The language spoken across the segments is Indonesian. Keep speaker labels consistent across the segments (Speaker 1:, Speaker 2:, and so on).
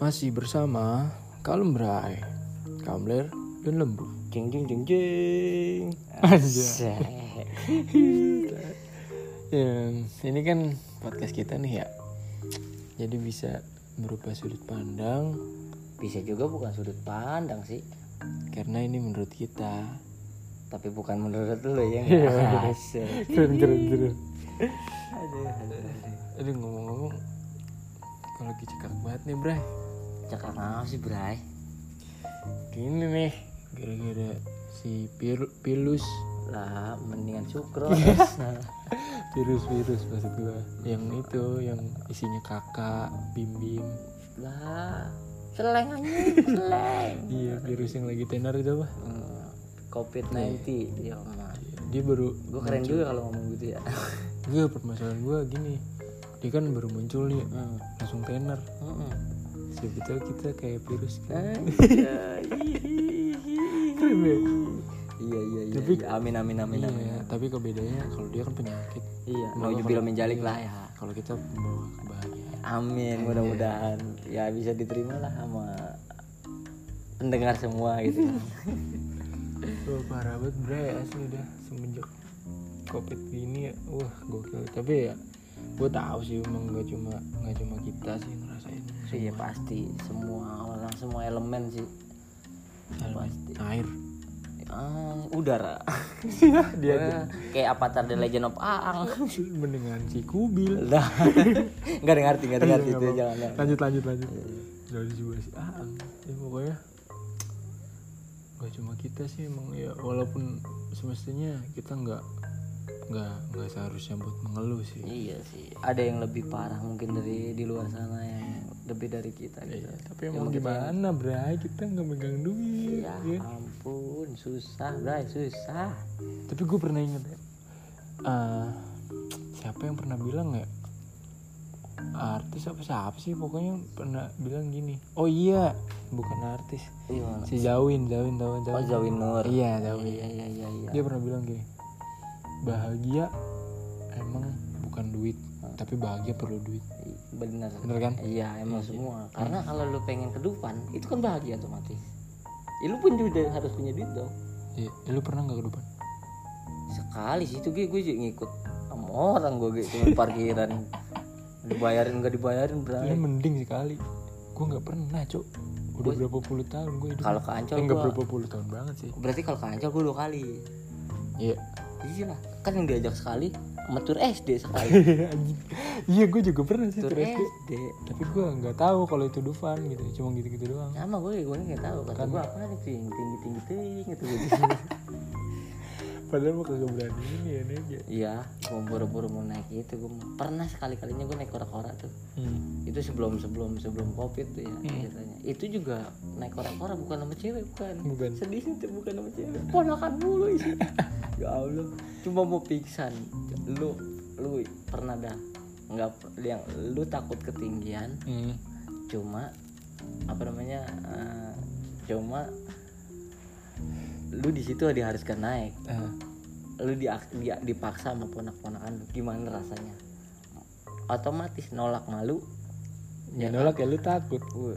Speaker 1: Masih bersama Kalem Bray, Kamler, dan Lembu
Speaker 2: Jeng jeng jeng jeng.
Speaker 1: Anjay. Ya, Ini kan podcast kita nih ya Jadi bisa berubah sudut pandang
Speaker 2: Bisa juga bukan sudut pandang sih,
Speaker 1: Karena ini menurut kita
Speaker 2: tapi bukan menurut lu ya. nggak? Asik.
Speaker 1: Keren keren keren Aduh ngomong-ngomong Kalau lagi cekak banget nih Bray
Speaker 2: Cakap apa sih, Bray?
Speaker 1: Gini nih Gara-gara si pir- pilus
Speaker 2: Lah, mendingan sukro.
Speaker 1: virus-virus maksud gue yang itu yang isinya kakak bim-bim
Speaker 2: lah, seleng anjing, seleng.
Speaker 1: iya virus yang lagi tenar itu apa
Speaker 2: Hmm, Covid-19 ya Allah.
Speaker 1: Eh, dia baru
Speaker 2: Gue keren juga kalau ngomong gitu ya.
Speaker 1: gue Iya, permasalahan gue gini dia kan baru muncul nih
Speaker 2: Hmm.
Speaker 1: langsung tenar
Speaker 2: Mm-mm.
Speaker 1: siapa tahu kita kayak virus kan
Speaker 2: Iya iya iya. iya. Amin amin amin
Speaker 1: iya
Speaker 2: amin.
Speaker 1: tapi kok bedanya kalau dia kan penyakit
Speaker 2: Iya. Mau jubil menjalik lah ya.
Speaker 1: kalau kita membawa kebahagiaan
Speaker 2: Amin, mudah-mudahan ya bisa diterima lah sama pendengar semua gitu.
Speaker 1: Wah parah banget bray asli udah semenjak covid gini ya wah gokil tapi ya gue tahu sih emang gak cuma nggak cuma kita sih yang ngerasain
Speaker 2: Iya pasti semua orang semua elemen sih. Pasti.
Speaker 1: air
Speaker 2: Ang, udara.
Speaker 1: dia
Speaker 2: Eh, Kayak Avatar The Legend of Aang.
Speaker 1: mendengar si kubil
Speaker 2: Lah. Enggak dengar arti, enggak dengar
Speaker 1: gitu
Speaker 2: arti
Speaker 1: ya,
Speaker 2: itu jangan. jangan.
Speaker 1: Iya, lanjut lanjut lanjut dari juga sih ah ya pokoknya gak cuma kita sih emang ya walaupun semestinya kita nggak nggak nggak seharusnya buat mengeluh sih
Speaker 2: Iya sih. Ada yang lebih parah mungkin dari di luar sana yang lebih dari kita gitu.
Speaker 1: tapi emang gimana bray Ya, kita nggak megang duit
Speaker 2: Ya
Speaker 1: ya.
Speaker 2: ampun, susah, Bray, susah.
Speaker 1: tapi gue pernah inget ya eh, siapa yang pernah bilang ya artis apa siapa sih pokoknya pernah bilang gini oh iya bukan artis
Speaker 2: Iya.
Speaker 1: si Zawin Zawin Zawin
Speaker 2: Oh,
Speaker 1: Zawin
Speaker 2: Zawin Nur.
Speaker 1: iya Zawin
Speaker 2: Iya iya iya iya.
Speaker 1: dia pernah bilang gini bahagia emang bukan duit tapi bahagia perlu duit
Speaker 2: Bener.
Speaker 1: bener kan Hmm.
Speaker 2: Iya emang semua. Karena kalau lu pengen kehidupan itu kan bahagia otomatis. Ya, lu pun juga harus punya duit dong.
Speaker 1: iya lu pernah nggak ke depan
Speaker 2: Sekali sih itu gue gue juga ngikut sama orang gue gitu di parkiran. dibayarin nggak dibayarin
Speaker 1: ini
Speaker 2: berarti.
Speaker 1: mending sekali gue nggak pernah cok udah berapa puluh tahun gue hidup
Speaker 2: Kalau ke Ancol
Speaker 1: enggak
Speaker 2: gua,
Speaker 1: berapa puluh tahun banget sih
Speaker 2: berarti kalau ke Ancol gue dua kali.
Speaker 1: iya
Speaker 2: Iya lah. Kan yang diajak sekali sama tur SD sekali.
Speaker 1: Anjing. iya gue juga pernah sih
Speaker 2: tur
Speaker 1: terus
Speaker 2: SD.
Speaker 1: tapi gue nggak tahu kalau itu Dufan gitu cuma gitu-gitu doang
Speaker 2: Sama gue, gue nggak tahu
Speaker 1: Kan.
Speaker 2: kata gue apa nih ting tinggi tinggi ting gitu gitu.
Speaker 1: padahal gue kagak berani ini ya aja
Speaker 2: Iya, gue buru-buru mau naik itu gue pernah sekali kalinya gue naik kora-kora tuh.
Speaker 1: Hmm,
Speaker 2: itu sebelum sebelum sebelum covid tuh ya ceritanya itu juga naik kora-kora bukan sama cewek bukan
Speaker 1: Bukan.
Speaker 2: sedih sih tuh bukan sama cewek ponakan mulu isi ya allah cuma mau pingsan lu lu pernah dah nggak per- yang lu takut ketinggian
Speaker 1: hmm.
Speaker 2: cuma apa namanya eh, cuma lu di situ diharuskan naik
Speaker 1: Ah.
Speaker 2: lu di, di- dipaksa sama ponak-ponakan lu, gimana rasanya otomatis nolak malu
Speaker 1: ya nolak ya lu takut
Speaker 2: gue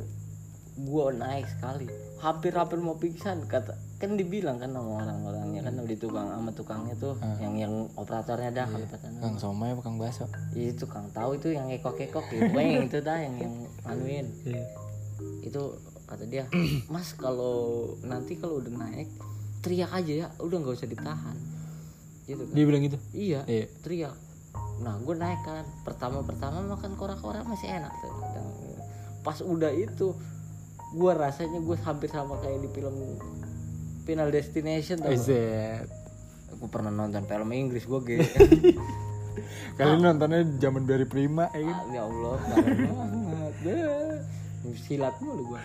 Speaker 2: gue naik sekali hampir hampir mau pingsan kata kan dibilang kan sama orang-orangnya kan di tukang sama tukangnya tuh yang yang operatornya dah kalau kata
Speaker 1: kang somai apa kang baso
Speaker 2: itu tukang tahu itu yang ekok-ekok gitu Pokoknya yang itu dah yang yang anuin
Speaker 1: iya
Speaker 2: itu kata dia mas kalau nanti kalau udah naik teriak aja ya udah nggak usah ditahan gitu kan
Speaker 1: dia bilang gitu
Speaker 2: iya
Speaker 1: iya
Speaker 2: teriak nah gue naik kan pertama pertama makan kora-kora masih enak tuh kadang. pas udah itu gue rasanya gue hampir sama kayak di film Final Destination tuh
Speaker 1: Ezet
Speaker 2: gue pernah nonton film Inggris gue gitu
Speaker 1: Kalian nontonnya zaman dari Prima ya kan?
Speaker 2: ya Allah parah banget Dah. silat mulu gue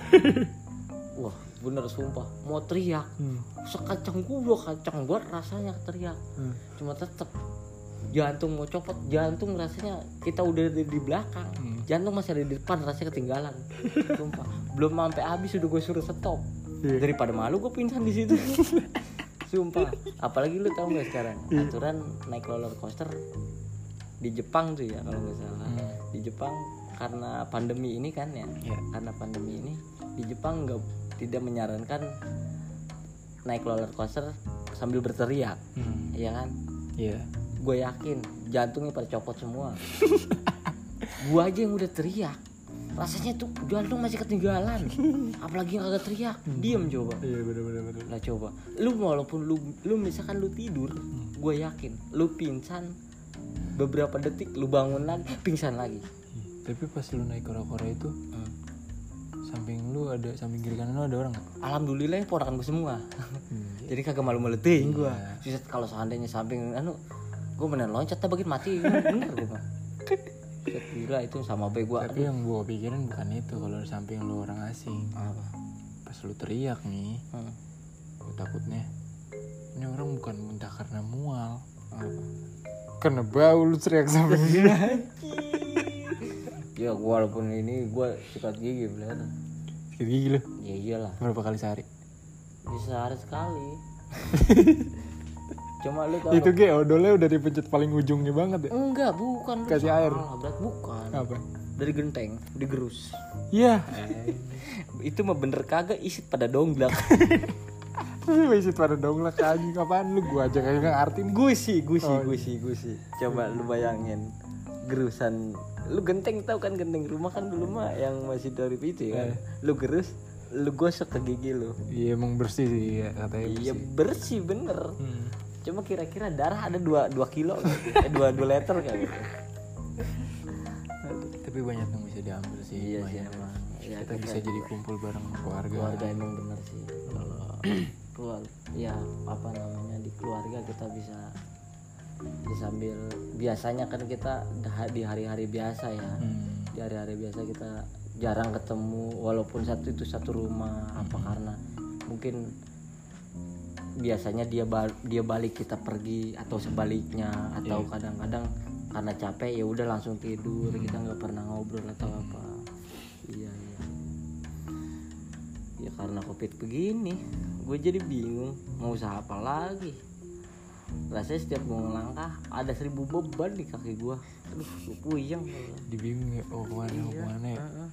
Speaker 2: wah bener sumpah mau teriak sekacang gue kacang buat rasanya teriak
Speaker 1: Hmm.
Speaker 2: cuma tetep jantung mau copot jantung rasanya kita udah ada di belakang
Speaker 1: Hmm.
Speaker 2: jantung masih ada di depan rasanya ketinggalan Sumpah. belum sampai habis udah gue suruh stop
Speaker 1: Iya.
Speaker 2: daripada malu gue pingsan di situ sumpah apalagi lu tau gak sekarang
Speaker 1: Iya.
Speaker 2: aturan naik roller coaster di Jepang tuh ya kalau nggak salah di Jepang karena pandemi ini kan ya
Speaker 1: Hmm. Iya.
Speaker 2: karena pandemi ini di Jepang nggak tidak menyarankan naik roller coaster sambil berteriak
Speaker 1: Hmm.
Speaker 2: ya kan
Speaker 1: Iya.
Speaker 2: gue yakin jantungnya pada copot semua gue aja yang udah teriak rasanya tuh jantung masih ketinggalan apalagi yang agak teriak diem coba
Speaker 1: Iya bener-bener bener.
Speaker 2: lah coba lu walaupun lu lu misalkan lu tidur gue yakin lu pingsan beberapa detik lu bangun lagi pingsan lagi
Speaker 1: Iya. Tapi pas lu naik kora-kora itu samping lu ada samping kiri kanan lu ada orang nggak?
Speaker 2: alhamdulillah ya ponakan gue semua
Speaker 1: Hmm.
Speaker 2: jadi kagak malu malu ting gue
Speaker 1: Iya.
Speaker 2: Buset, kalau seandainya samping anu gue bener loncat tak bagian mati bener gue mah Buset, gila itu sama baik gue
Speaker 1: Tapi yang gua pikirin bukan itu kalau di samping lu orang asing.
Speaker 2: apa
Speaker 1: Pas lu teriak nih,
Speaker 2: Hmm,
Speaker 1: gua takutnya ini orang bukan muntah karena mual.
Speaker 2: apa
Speaker 1: Karena bau lu teriak samping dia.
Speaker 2: ya gua walaupun ini gue sikat gigi bener
Speaker 1: Sakit gigi lu.
Speaker 2: ya iyalah
Speaker 1: Berapa kali sehari?
Speaker 2: bisa sehari sekali cuma lu tau
Speaker 1: Itu ge odolnya udah dipencet paling ujungnya banget ya.
Speaker 2: enggak bukan lu
Speaker 1: Kasih
Speaker 2: salah,
Speaker 1: air.
Speaker 2: berat bukan
Speaker 1: Apa?
Speaker 2: dari genteng digerus
Speaker 1: Iya.
Speaker 2: itu mah bener kagak isit pada donglak
Speaker 1: Lu isi pada dong lah anjing kapan lu gua aja kagak ngarti nih. Oh, iya.
Speaker 2: gusi gusi gusi gusi coba lu bayangin gerusan lu genteng tau kan genteng rumah kan dulu mah yang masih dari itu ya kan lu gerus lu gosok ke gigi lu
Speaker 1: Iya emang bersih sih ya, katanya.
Speaker 2: iya bersih bener
Speaker 1: Hmm.
Speaker 2: Cuma kira-kira darah ada 2 2 kilo nggak? eh 2 2 liter kan.
Speaker 1: Tapi banyak yang bisa diambil Iya sih. lumayan.
Speaker 2: emang. Ya,
Speaker 1: Kita bisa jadi kumpul bareng keluarga.
Speaker 2: keluarga emang bener sih. Kalau keluar ya apa namanya di keluarga kita bisa ya sambil biasanya kan kita dah- di hari-hari biasa ya.
Speaker 1: Hmm.
Speaker 2: Di hari-hari biasa kita jarang ketemu walaupun satu itu satu rumah apa karena mungkin biasanya dia ba- dia balik kita pergi atau sebaliknya atau kadang-kadang karena capek ya udah langsung tidur kita nggak pernah ngobrol atau apa iya iya ya karena covid begini gue jadi bingung mau usaha apa lagi rasanya setiap gue ngelangkah ada seribu beban di kaki gue aduh gue puyeng
Speaker 1: Dibingung ya, oh kemana, mau kemana ya?
Speaker 2: Heeh.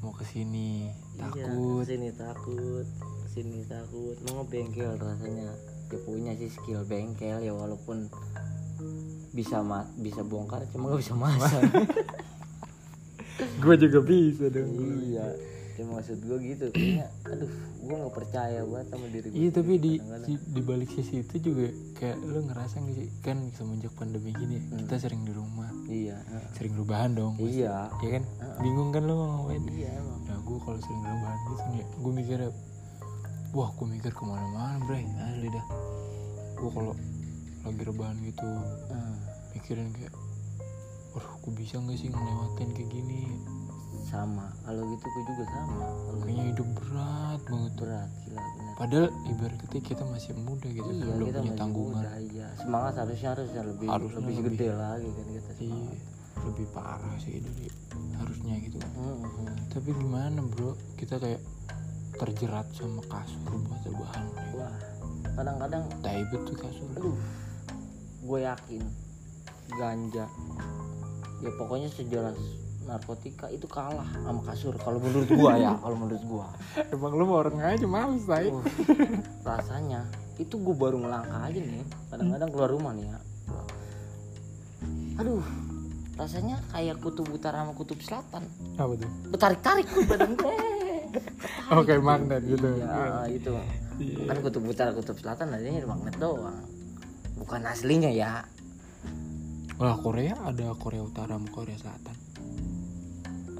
Speaker 1: Mau kesini,
Speaker 2: Iya,
Speaker 1: takut.
Speaker 2: sini takut sini takut mau bengkel rasanya ya punya sih skill bengkel ya walaupun bisa ma- bisa bongkar cuma gak bisa masak
Speaker 1: Gue juga bisa dong.
Speaker 2: iya cuma maksud gue gitu kayaknya aduh gue nggak percaya banget sama diri gue
Speaker 1: Iya tapi di, di di balik sisi itu juga kayak lu ngerasa nggak sih kan semenjak pandemi gini kita sering di rumah
Speaker 2: iya heeh.
Speaker 1: sering perubahan dong
Speaker 2: iya
Speaker 1: ya kan bingung kan lu mau ngapain
Speaker 2: iya emang
Speaker 1: Nah gue kalau sering rebahan gitu nih Gue mikirnya Wah gue mikir kemana-mana bre Asli dah Gue kalau lagi rebahan gitu
Speaker 2: Heeh.
Speaker 1: Mikirin kayak Waduh gue bisa gak sih ngelewatin kayak gini
Speaker 2: sama kalau gitu gue juga sama Kalau
Speaker 1: Kayaknya hidup berat banget tuh
Speaker 2: berat gila bener
Speaker 1: Padahal ibarat kata kita masih muda gitu kan, Belum
Speaker 2: Iya, kita
Speaker 1: punya
Speaker 2: masih
Speaker 1: tanggungan
Speaker 2: muda, iya. semangat harusnya harusnya lebih
Speaker 1: Harusnya
Speaker 2: lebih,
Speaker 1: lebih.
Speaker 2: gede lagi kan kita
Speaker 1: Iya
Speaker 2: semangat
Speaker 1: Lebih parah sih dari harusnya gitu kan
Speaker 2: Heeh.
Speaker 1: Tapi gimana bro Kita kayak terjerat sama kasur buat rebahan
Speaker 2: wah kadang-kadang
Speaker 1: Tai bet tuh kasur
Speaker 2: aduh gue yakin ganja ya pokoknya sejelas narkotika itu kalah sama kasur kalau menurut gua ya kalau menurut gua
Speaker 1: Emang lu mau orang aja males tai
Speaker 2: Uh, rasanya itu gue baru ngelangkah aja nih ya, kadang-kadang keluar rumah nih ya aduh rasanya kayak kutub utara sama kutub selatan
Speaker 1: Apa tuh?
Speaker 2: bertarik-tarik gue badan gue
Speaker 1: Oke magnet gitu
Speaker 2: ya itu
Speaker 1: Iya.
Speaker 2: kan kutub utara kutub selatan adanya di magnet doang bukan aslinya ya
Speaker 1: Lah Korea ada Korea Utara sama Korea Selatan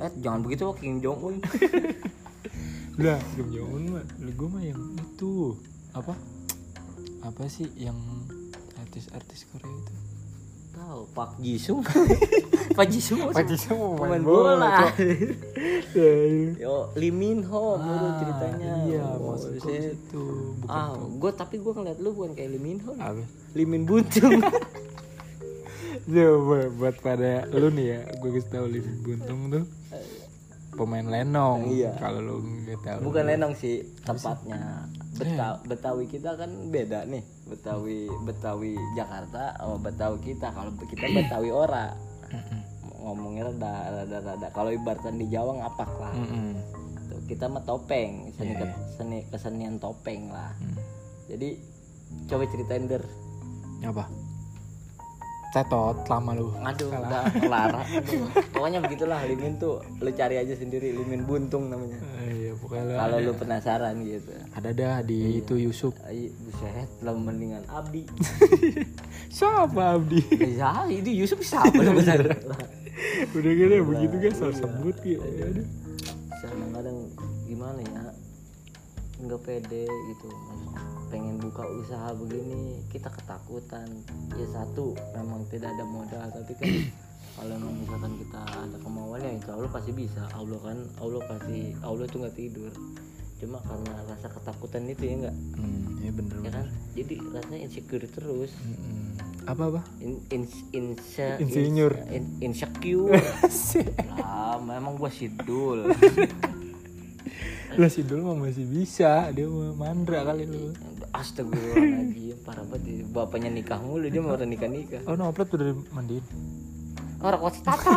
Speaker 2: Eh, jangan begitu kok Kim Jong Un.
Speaker 1: Lah Kim Jong Un mah Lu gue mah yang itu Apa? Apa sih yang artis-artis Korea itu?
Speaker 2: Tahu Pak Jisung. Pak Jisung
Speaker 1: Pak Jisung mau
Speaker 2: main bola.
Speaker 1: Iya
Speaker 2: Yo, Lee Min Ho dulu ceritanya.
Speaker 1: Ah, Iya
Speaker 2: Oh,
Speaker 1: maksud gue
Speaker 2: buset.
Speaker 1: situ Bukan
Speaker 2: Ah, gue tapi gue ngeliat lu bukan kayak Lee Min Ho.
Speaker 1: Apa?
Speaker 2: Lee Min Buntung.
Speaker 1: Coba buat pada lu nih ya Gue kasih tau Lim Buntung tuh Pemain lenong
Speaker 2: Iya.
Speaker 1: Kalau lu nggak tahu
Speaker 2: bukan Lenong sih tepatnya.
Speaker 1: Eh.
Speaker 2: Beta- Betawi kita kan beda nih. Betawi Betawi Jakarta sama Betawi kita. Kalau kita Betawi ora. ngomongnya rada rada rada kalau ibaratkan di Jawa ngapak lah
Speaker 1: Mm-mm.
Speaker 2: Tuh, kita mah topeng seni
Speaker 1: Iya,
Speaker 2: ke- seni kesenian topeng lah
Speaker 1: Mm.
Speaker 2: jadi coba ceritain der
Speaker 1: apa cetot lama lu
Speaker 2: aduh udah kelar Aduh. pokoknya begitulah limin tuh lu cari aja sendiri limin buntung namanya
Speaker 1: Eh, iya pokoknya Iya. lu
Speaker 2: kalau
Speaker 1: ada.
Speaker 2: lu penasaran gitu
Speaker 1: ada dah di itu Yusuf
Speaker 2: Ayo, buset, lah mendingan Abdi.
Speaker 1: siapa Abdi
Speaker 2: Ya, itu Yusuf siapa
Speaker 1: Iya,
Speaker 2: lu besar?
Speaker 1: udah gede begitu kan salah sebut gitu
Speaker 2: kadang gimana ya? Nggak pede gitu. Pengen buka usaha begini, kita ketakutan. Ya satu, memang tidak ada modal, tapi kan kalau emang misalkan kita ada kemauan ya insya Allah pasti bisa Allah kan Allah pasti Allah tuh nggak tidur cuma karena rasa ketakutan itu ya enggak
Speaker 1: hmm, iya bener
Speaker 2: ya kan jadi rasanya insecure terus
Speaker 1: Mm-mm. apa apa
Speaker 2: in, in, inse,
Speaker 1: Insinyur.
Speaker 2: in- insecure lah memang gua sidul
Speaker 1: lah si Dul mah masih bisa dia mah mandra kali lu
Speaker 2: astagfirullahaladzim parah banget ya. bapaknya nikah mulu dia mau nikah nikah
Speaker 1: oh no upload tuh dari mandiin
Speaker 2: orang kuat tata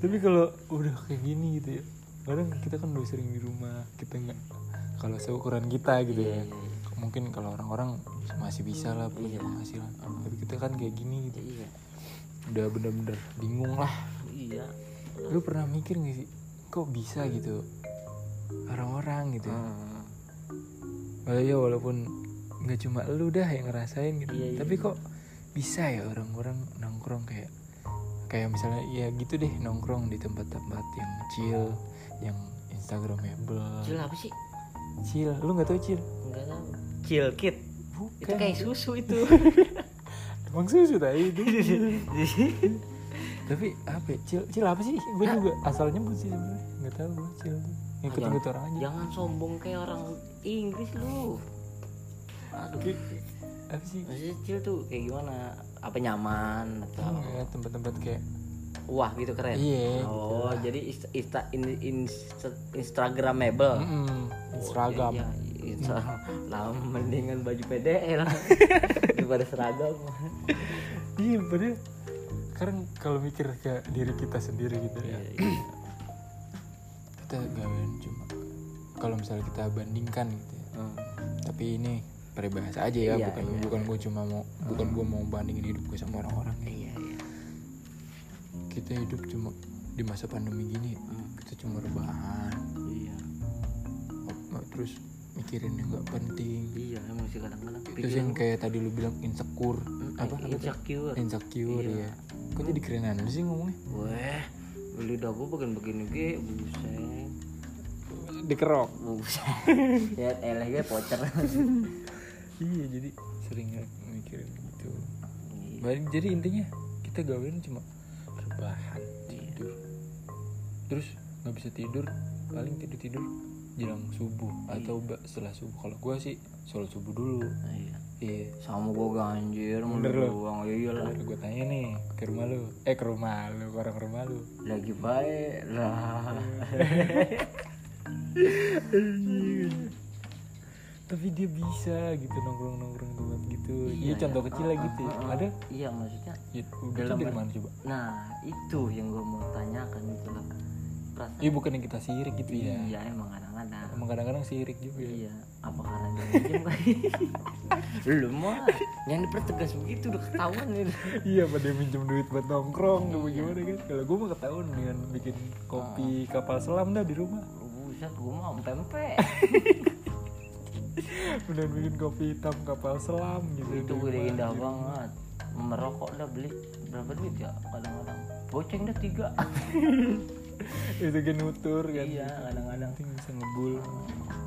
Speaker 1: tapi kalau udah kayak gini gitu ya kadang kita kan udah sering di rumah kita nggak kalau seukuran kita gitu ya mungkin kalau orang-orang masih bisa lah punya penghasilan tapi kita kan kayak gini gitu
Speaker 2: iya
Speaker 1: udah bener-bener bingung lah
Speaker 2: iya
Speaker 1: lu pernah mikir gak sih kok bisa gitu orang-orang gitu ya
Speaker 2: Hmm.
Speaker 1: Walau ya walaupun nggak cuma lu dah yang ngerasain gitu
Speaker 2: Iya, iya,
Speaker 1: tapi kok bisa ya orang-orang nongkrong kayak kayak misalnya ya gitu deh nongkrong di tempat-tempat yang chill yang instagramable
Speaker 2: cil apa sih
Speaker 1: chill lu nggak tau chill
Speaker 2: enggak tahu cil kit
Speaker 1: bukan
Speaker 2: itu kayak susu itu
Speaker 1: emang susu tadi itu tapi apa ya? chill chill apa sih gue
Speaker 2: Nah.
Speaker 1: juga asal nyebut sih sebenarnya nggak tahu gue chill tuh ngikut ngikut orang aja
Speaker 2: jangan sombong kayak orang Inggris lu aduh
Speaker 1: Ki- apa sih
Speaker 2: Maksudnya kecil tuh kayak gimana? Apa nyaman atau
Speaker 1: ya tempat-tempat kayak
Speaker 2: wah gitu keren?
Speaker 1: Iya,
Speaker 2: Oh, jadi insta, insta, in- insta- instagramable.
Speaker 1: mm, seragam
Speaker 2: Oh. Iya, iya, insta,
Speaker 1: Hmm.
Speaker 2: lah mendingan baju PDL daripada seragam.
Speaker 1: iya bener sekarang kalau mikir ke diri kita sendiri gitu ya
Speaker 2: Iya.
Speaker 1: kita gawean cuma kalau misalnya kita bandingkan gitu ya
Speaker 2: Hmm.
Speaker 1: tapi ini peribahasa aja ya
Speaker 2: Iya,
Speaker 1: bukan
Speaker 2: iya.
Speaker 1: bukan gue cuma mau bukan gue mau bandingin hidup gue sama orang-orang ya.
Speaker 2: Iya, iya.
Speaker 1: kita hidup cuma di masa pandemi gini
Speaker 2: Hmm.
Speaker 1: kita cuma rebahan
Speaker 2: Iya.
Speaker 1: op- terus mikirin yang nggak penting
Speaker 2: Iya, emang sih kadang-kadang "Mm,
Speaker 1: terus yang kayak tadi lu bilang insecure
Speaker 2: Hmm,
Speaker 1: apa
Speaker 2: iya.
Speaker 1: apa tuh?
Speaker 2: insecure.
Speaker 1: insecure
Speaker 2: Iya.
Speaker 1: ya kok jadi kerenan lu sih ngomongnya
Speaker 2: Weh, lidah gue begini-begini ge, buset.
Speaker 1: dikerok
Speaker 2: Buset. ya, elah gue pocer.
Speaker 1: iya jadi sering mikirin gitu
Speaker 2: Iya,
Speaker 1: Balik- jadi intinya kita gawean cuma rebahan tidur terus nggak bisa tidur paling tidur tidur jelang subuh atau ba- setelah subuh kalau gua sih sholat subuh dulu
Speaker 2: Iya.
Speaker 1: iya
Speaker 2: sama gue ganjir mulu doang iyalah
Speaker 1: Lalu gue tanya nih ke rumah lu eh ke rumah lu ke orang rumah lu
Speaker 2: lagi baik lah
Speaker 1: tapi dia bisa gitu nongkrong nongkrong tempat gitu iya contoh kecil lah gitu ya. ada
Speaker 2: iya maksudnya
Speaker 1: ya, udah tuh dari mana coba
Speaker 2: nah itu yang gue mau tanyakan gitu loh perasaan
Speaker 1: Iya bukan yang kita sirik gitu ya.
Speaker 2: iya emang kadang-kadang
Speaker 1: Emang kadang-kadang sirik juga.
Speaker 2: iya apa karena dia minjem kali lu mah yang dipertegas begitu udah ketahuan nih
Speaker 1: iya pada minjem duit buat nongkrong tuh gimana kan. Kalau gue mah ketahuan dengan bikin kopi
Speaker 2: Ah.
Speaker 1: kapal selam dah di rumah.
Speaker 2: buset gue mah pempe
Speaker 1: Beneran bikin kopi hitam kapal selam gitu.
Speaker 2: itu udah indah banget merokok dah beli berapa duit ya kadang-kadang boceng dah tiga
Speaker 1: Itu kan nutur kan.
Speaker 2: iya kadang-kadang
Speaker 1: Penting bisa ngebul.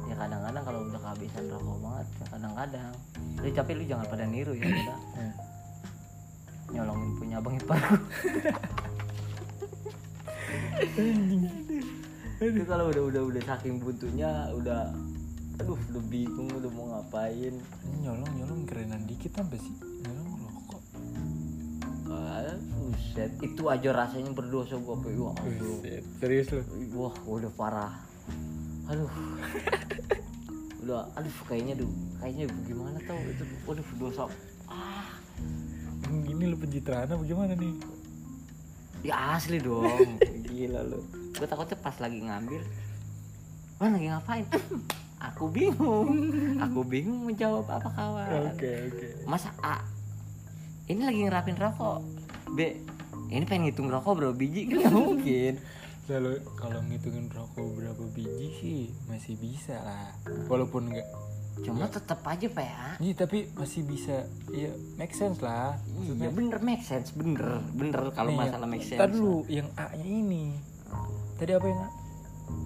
Speaker 2: ya kadang-kadang kalau udah kehabisan rokok banget ya kadang-kadang lu tapi lu jangan pada niru ya kita
Speaker 1: Nah,
Speaker 2: nyolongin punya abang ipar gua. itu kalau udah udah udah saking buntunya udah aduh udah bingung udah mau ngapain
Speaker 1: ini nyolong nyolong kerenan dikit apa sih? Nyolong rokok.
Speaker 2: Ah, buset itu aja rasanya berdosa gua pe wah aduh.
Speaker 1: Buset, Serius lu?
Speaker 2: wah udah parah aduh udah aduh kayaknya duh kayaknya gimana tau itu waduh dosa ah
Speaker 1: Hmm, Ini lu pencitraan apa gimana nih?
Speaker 2: ya asli dong gila lu gue takutnya pas lagi ngambil mana lagi ngapain aku bingung aku bingung menjawab apa kawan
Speaker 1: oke.
Speaker 2: masa A ini lagi ngerapin rokok B ini pengen ngitung rokok bro biji kan nggak mungkin
Speaker 1: Lalu kalau ngitungin rokok berapa biji sih masih bisa lah. Walaupun enggak.
Speaker 2: cuma tetep aja ya. PA
Speaker 1: Iya tapi masih bisa. Iya make sense lah.
Speaker 2: iya bener make sense bener bener kalau
Speaker 1: Iya.
Speaker 2: masalah make sense
Speaker 1: Ntar dulu yang A nya ini. Tadi apa yang A?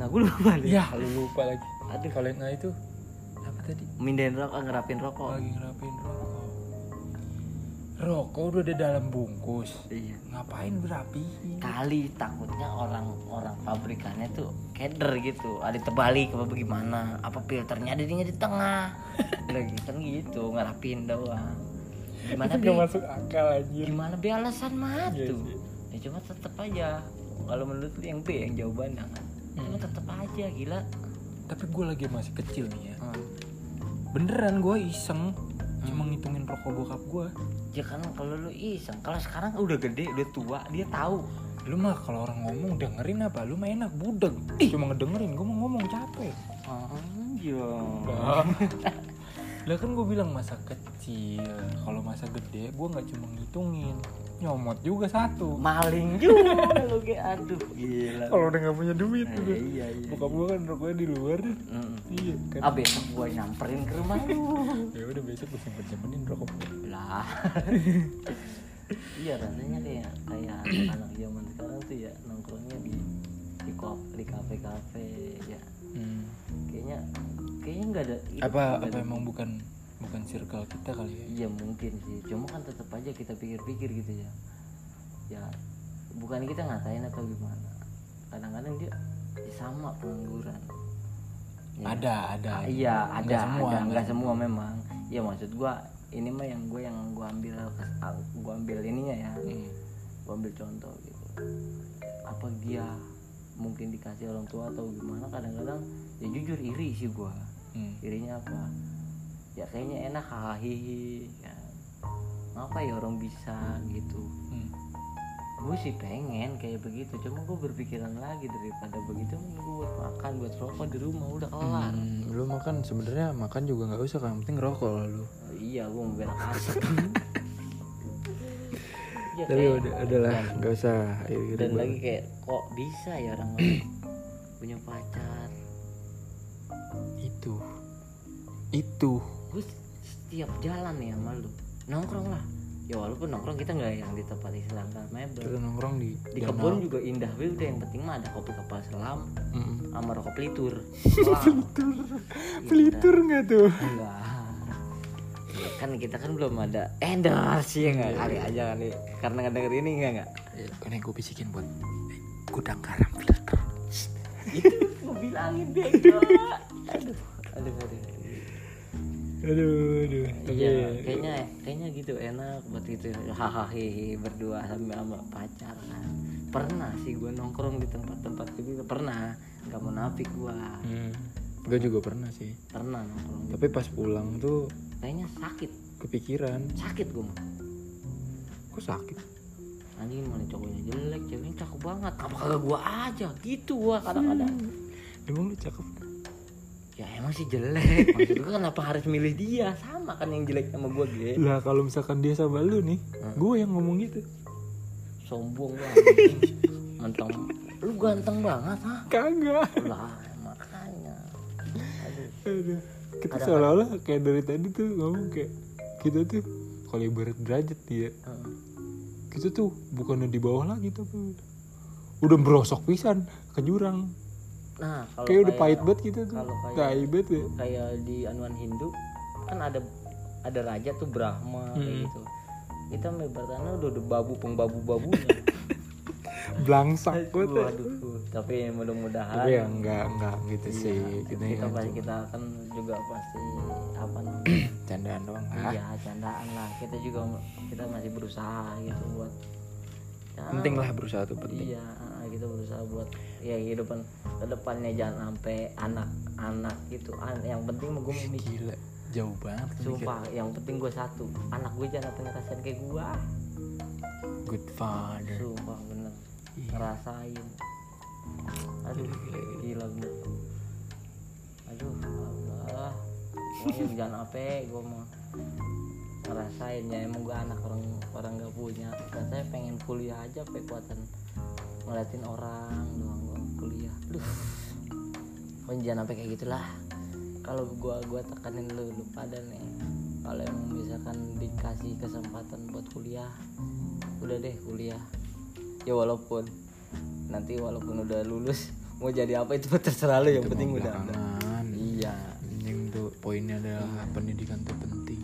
Speaker 2: nah gue lupa nih
Speaker 1: Ya lu lupa lagi.
Speaker 2: Aduh.
Speaker 1: Kalau yang A itu apa tadi?
Speaker 2: mindahin rokok ngerapin rokok
Speaker 1: Lagi ngerapin rokok. Rokok udah ada dalam bungkus.
Speaker 2: iya
Speaker 1: Ngapain berapiin?
Speaker 2: kali takutnya orang-orang pabrikannya tuh keder gitu ada terbalik apa bagaimana apa filternya ada di di tengah lagi kan gitu ngerapin doang gimana
Speaker 1: Itu
Speaker 2: bi
Speaker 1: gak masuk akal anjir.
Speaker 2: gimana bi alasan mah
Speaker 1: Iya
Speaker 2: tuh ya cuma tetep aja kalau menurut lu yang B yang jawabannya kan
Speaker 1: Hmm.
Speaker 2: cuma tetep aja gila Hmm.
Speaker 1: Tapi gue lagi masih kecil nih ya. Beneran gue iseng cuma ngitungin rokok bokap gue.
Speaker 2: ya kan kalau lu iseng kalau sekarang udah gede udah tua dia tahu
Speaker 1: Lu mah kalau orang ngomong dengerin apa? Lu mah enak budeg. Cuma ngedengerin gue mau ngomong capek.
Speaker 2: anjir
Speaker 1: lah kan gue bilang masa kecil. Kalau masa gede gue nggak cuma ngitungin. Nyomot juga satu.
Speaker 2: maling juga lu ge aduh gila
Speaker 1: Kalau udah nggak punya duit
Speaker 2: Nah,
Speaker 1: udah.
Speaker 2: iya iya
Speaker 1: Bokap gue kan rokoknya di luar. nih.
Speaker 2: Mm.
Speaker 1: Iya kan.
Speaker 2: Ah besok gue nyamperin ke rumah lu
Speaker 1: Ya udah besok gue simpen simpenin rokok.
Speaker 2: Lah Iya rasanya kayak kayak anak zaman sekarang tuh ya nongkrongnya di di kop di kafe kafe ya
Speaker 1: Hmm.
Speaker 2: kayaknya kayaknya nggak ada
Speaker 1: Iya, Apa
Speaker 2: nggak
Speaker 1: apa
Speaker 2: ada-
Speaker 1: emang bukan bukan circle kita kali ya?
Speaker 2: Iya mungkin sih cuma kan tetap aja kita pikir-pikir gitu ya ya bukan kita ngatain atau gimana kadang-kadang dia ya sama pengangguran Ya.
Speaker 1: Ada ada.
Speaker 2: Ah, iya ada
Speaker 1: Nggak semua, kan?
Speaker 2: ada
Speaker 1: nggak
Speaker 2: nggak semua memang ya maksud gua ini mah yang gue yang gua ambil kes- ah, gua ambil ininya ya
Speaker 1: Hmm.
Speaker 2: gua ambil contoh gitu apa dia mungkin dikasih orang tua atau gimana kadang-kadang ya jujur iri sih gua
Speaker 1: Hmm.
Speaker 2: irinya apa ya kayaknya enak hahihi ya. ngapa ya orang bisa gitu
Speaker 1: Hmm.
Speaker 2: gue sih pengen kayak begitu cuma gue berpikiran lagi daripada begitu gue buat makan buat rokok di rumah udah kelar
Speaker 1: Hmm, lu makan sebenarnya makan juga nggak usah kan yang penting rokok lah lu
Speaker 2: Oh, iya, gue mau belok asik. Iya,
Speaker 1: tapi
Speaker 2: kayak-
Speaker 1: udah adalah nggak usah ayo kita
Speaker 2: dan lagi kayak kok bisa ya orang orang punya pacar.
Speaker 1: itu itu
Speaker 2: Gue setiap jalan nih sama lu nongkrong lah. Ya walaupun nongkrong kita nggak yang di tempat Islam mebel.
Speaker 1: kita nongkrong di
Speaker 2: Di kebun juga indah Wil tuh yang penting mah ada kopi kapal selam
Speaker 1: Mm-mm.
Speaker 2: sama rokok pelitur. pelitur.
Speaker 1: pelitur nggak tuh
Speaker 2: Enggak. Ya, kan kita kan belum ada endorse
Speaker 1: Iya,
Speaker 2: ya nggak kali aja kali karena ngedenger ini enggak enggak
Speaker 1: kan yang gue bisikin buat eh, gudang garam filter
Speaker 2: itu gue bilangin bego aduh aduh aduh
Speaker 1: aduh aduh tapi
Speaker 2: iya kayaknya kayaknya gitu enak buat gitu hahaha berdua sambil sama pacar kan pernah sih gue nongkrong di tempat-tempat gitu pernah nggak mau nafik gue
Speaker 1: hmm, gue juga pernah sih
Speaker 2: pernah nongkrong gitu.
Speaker 1: tapi pas pulang tuh
Speaker 2: kayaknya sakit
Speaker 1: kepikiran
Speaker 2: sakit gue
Speaker 1: kok sakit
Speaker 2: anjing mana cowoknya jelek ceweknya cakep banget apa kagak gue aja gitu gue kadang-kadang
Speaker 1: emang lu cakep
Speaker 2: ya emang sih jelek maksud gue kenapa harus milih dia sama kan yang jelek sama gue gue
Speaker 1: lah kalau misalkan dia sama lu nih gue yang ngomong gitu
Speaker 2: sombong lu anjing. mentang lu ganteng banget ha
Speaker 1: kagak
Speaker 2: lah makanya aduh
Speaker 1: Aduh, Iya. kita seolah-olah kayak dari tadi tuh ngomong kayak kita tuh kalau ibarat derajat dia
Speaker 2: Heeh.
Speaker 1: kita tuh bukannya di bawah lagi tapi udah berosok pisan ke jurang
Speaker 2: nah kalau
Speaker 1: kayak udah pahit banget kita tuh
Speaker 2: kalau kayak-
Speaker 1: tai banget ya
Speaker 2: kayak di anuan Hindu kan ada ada raja tuh Brahma kayak
Speaker 1: Hmm.
Speaker 2: gitu kita melibatannya udah udah babu pengbabu babunya
Speaker 1: belangsak banget ya.
Speaker 2: waduh tapi mudah-mudahan
Speaker 1: tapi ya enggak enggak gitu sih kita
Speaker 2: Iya, kita
Speaker 1: ya
Speaker 2: pasti kita akan juga pasti apa namanya
Speaker 1: candaan doang ah
Speaker 2: Iya, candaan lah. Kita juga kita masih berusaha gitu buat Ya,
Speaker 1: penting lah berusaha itu penting
Speaker 2: Iya, ah, kita berusaha buat ya kehidupan kedepannya jangan sampai anak-anak gitu. An- yang penting gue mikir.
Speaker 1: gila jauh banget lu mikir.
Speaker 2: Iya. Sumpah, yang penting gue satu. Anak gue jangan sampai ngerasain kayak gue.
Speaker 1: Iya. good father
Speaker 2: Sumpah bener.
Speaker 1: Iya.
Speaker 2: Ngerasain. Aduh,
Speaker 1: Gila, gila,
Speaker 2: gila gue. Aduh, Allah. Pokoknya jangan sampai gue mau ngerasain ya emang gue anak orang orang gak punya rasanya pengen kuliah aja pe kuatan ngeliatin orang doang gue kuliah Duh. Pokoknya jangan sampai kayak gitulah kalau gue gua tekanin lu lu pada nih kalau emang misalkan dikasih kesempatan buat kuliah udah deh kuliah ya walaupun nanti walaupun udah lulus mau jadi apa itu terserah lu yang
Speaker 1: Itu
Speaker 2: penting
Speaker 1: mau
Speaker 2: udah ada
Speaker 1: belakangan.
Speaker 2: iya
Speaker 1: Yang tuh poinnya adalah pendidikan tuh penting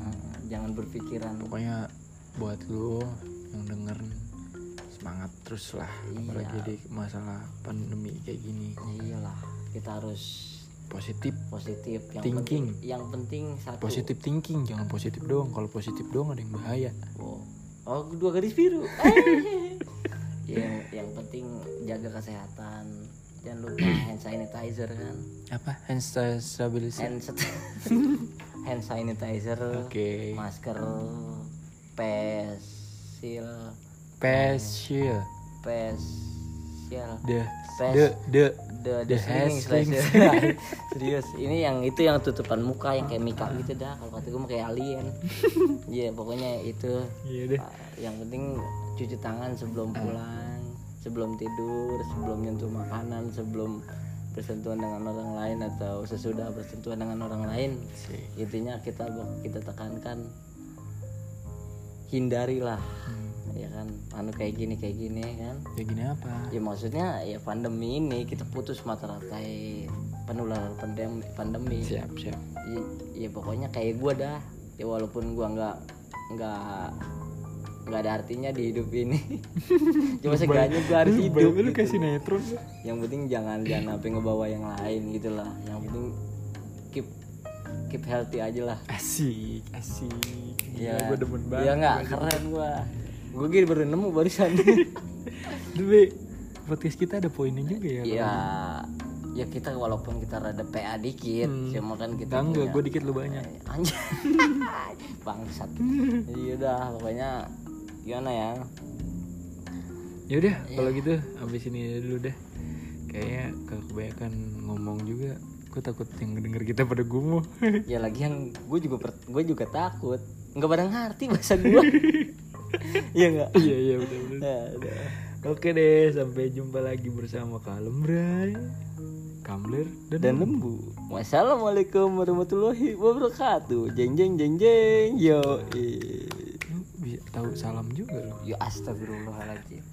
Speaker 2: jangan berpikiran
Speaker 1: pokoknya buat lu yang denger semangat terus lah apalagi di masalah pandemi kayak gini
Speaker 2: ya iyalah kita harus
Speaker 1: positif
Speaker 2: positif yang
Speaker 1: Thinking.
Speaker 2: penting yang penting satu
Speaker 1: positif thinking jangan positif doang kalau positif doang ada yang bahaya
Speaker 2: oh, oh dua garis biru Eh. yang yang penting jaga kesehatan jangan lupa hand sanitizer kan
Speaker 1: apa hand stabilizer
Speaker 2: hand set- hand sanitizer
Speaker 1: oke
Speaker 2: masker pensil
Speaker 1: facial
Speaker 2: pensil
Speaker 1: the
Speaker 2: Pes-
Speaker 1: the the
Speaker 2: the,
Speaker 1: The
Speaker 2: the streaming
Speaker 1: hashtag.
Speaker 2: slash- serius ini yang itu yang tutupan muka yang kayak mika gitu dah kalau kata gue mah kayak alien iya pokoknya itu
Speaker 1: iya deh Ah.
Speaker 2: Uh, yang penting cuci tangan sebelum pulang sebelum tidur sebelum nyentuh makanan sebelum bersentuhan dengan orang lain atau sesudah bersentuhan dengan orang lain
Speaker 1: Sih.
Speaker 2: intinya kita kita tekankan hindarilah
Speaker 1: Hmm.
Speaker 2: ya kan anu kayak gini kayak gini kan
Speaker 1: ya gini apa
Speaker 2: ya maksudnya ya pandemi ini kita putus mata rantai penularan pandemi pandemi
Speaker 1: siap siap
Speaker 2: ya, ya pokoknya kayak gua dah ya walaupun gua nggak nggak nggak ada artinya di hidup ini cuma seenggaknya gua harus hidup
Speaker 1: lu
Speaker 2: gitu.
Speaker 1: kasih netron
Speaker 2: yang penting jangan jangan apa ngebawa yang lain gitu lah yang penting keep keep healthy aja lah
Speaker 1: asik asik
Speaker 2: ya
Speaker 1: gue Iya, demen banget
Speaker 2: ya nggak keren gua gua gini baru nemu barusan
Speaker 1: Tapi podcast kita ada poinnya juga ya.
Speaker 2: ya ya kita walaupun kita rada PA dikit cuma kan kita
Speaker 1: Enggak, enggak,
Speaker 2: punya-
Speaker 1: gue dikit lu banyak.
Speaker 2: anjir bangsat iya udah pokoknya gimana ya
Speaker 1: Ya udah, kalau
Speaker 2: Iya.
Speaker 1: gitu abis ini aja dulu deh. Kayaknya kalau kebanyakan ngomong juga, gue takut yang denger kita pada gumoh.
Speaker 2: ya lagi yang gue juga per- gue juga takut nggak pada ngerti bahasa gue iya nggak
Speaker 1: Iya iya benar.
Speaker 2: Ya, udah.
Speaker 1: Oke deh, sampai jumpa lagi bersama Kalem Bray, Kamler dan,
Speaker 2: dan lembu wassalamualaikum warahmatullahi wabarakatuh jeng jeng jeng jeng yo eh.
Speaker 1: Lu bisa tahu salam juga loh.
Speaker 2: yo astagfirullahaladzim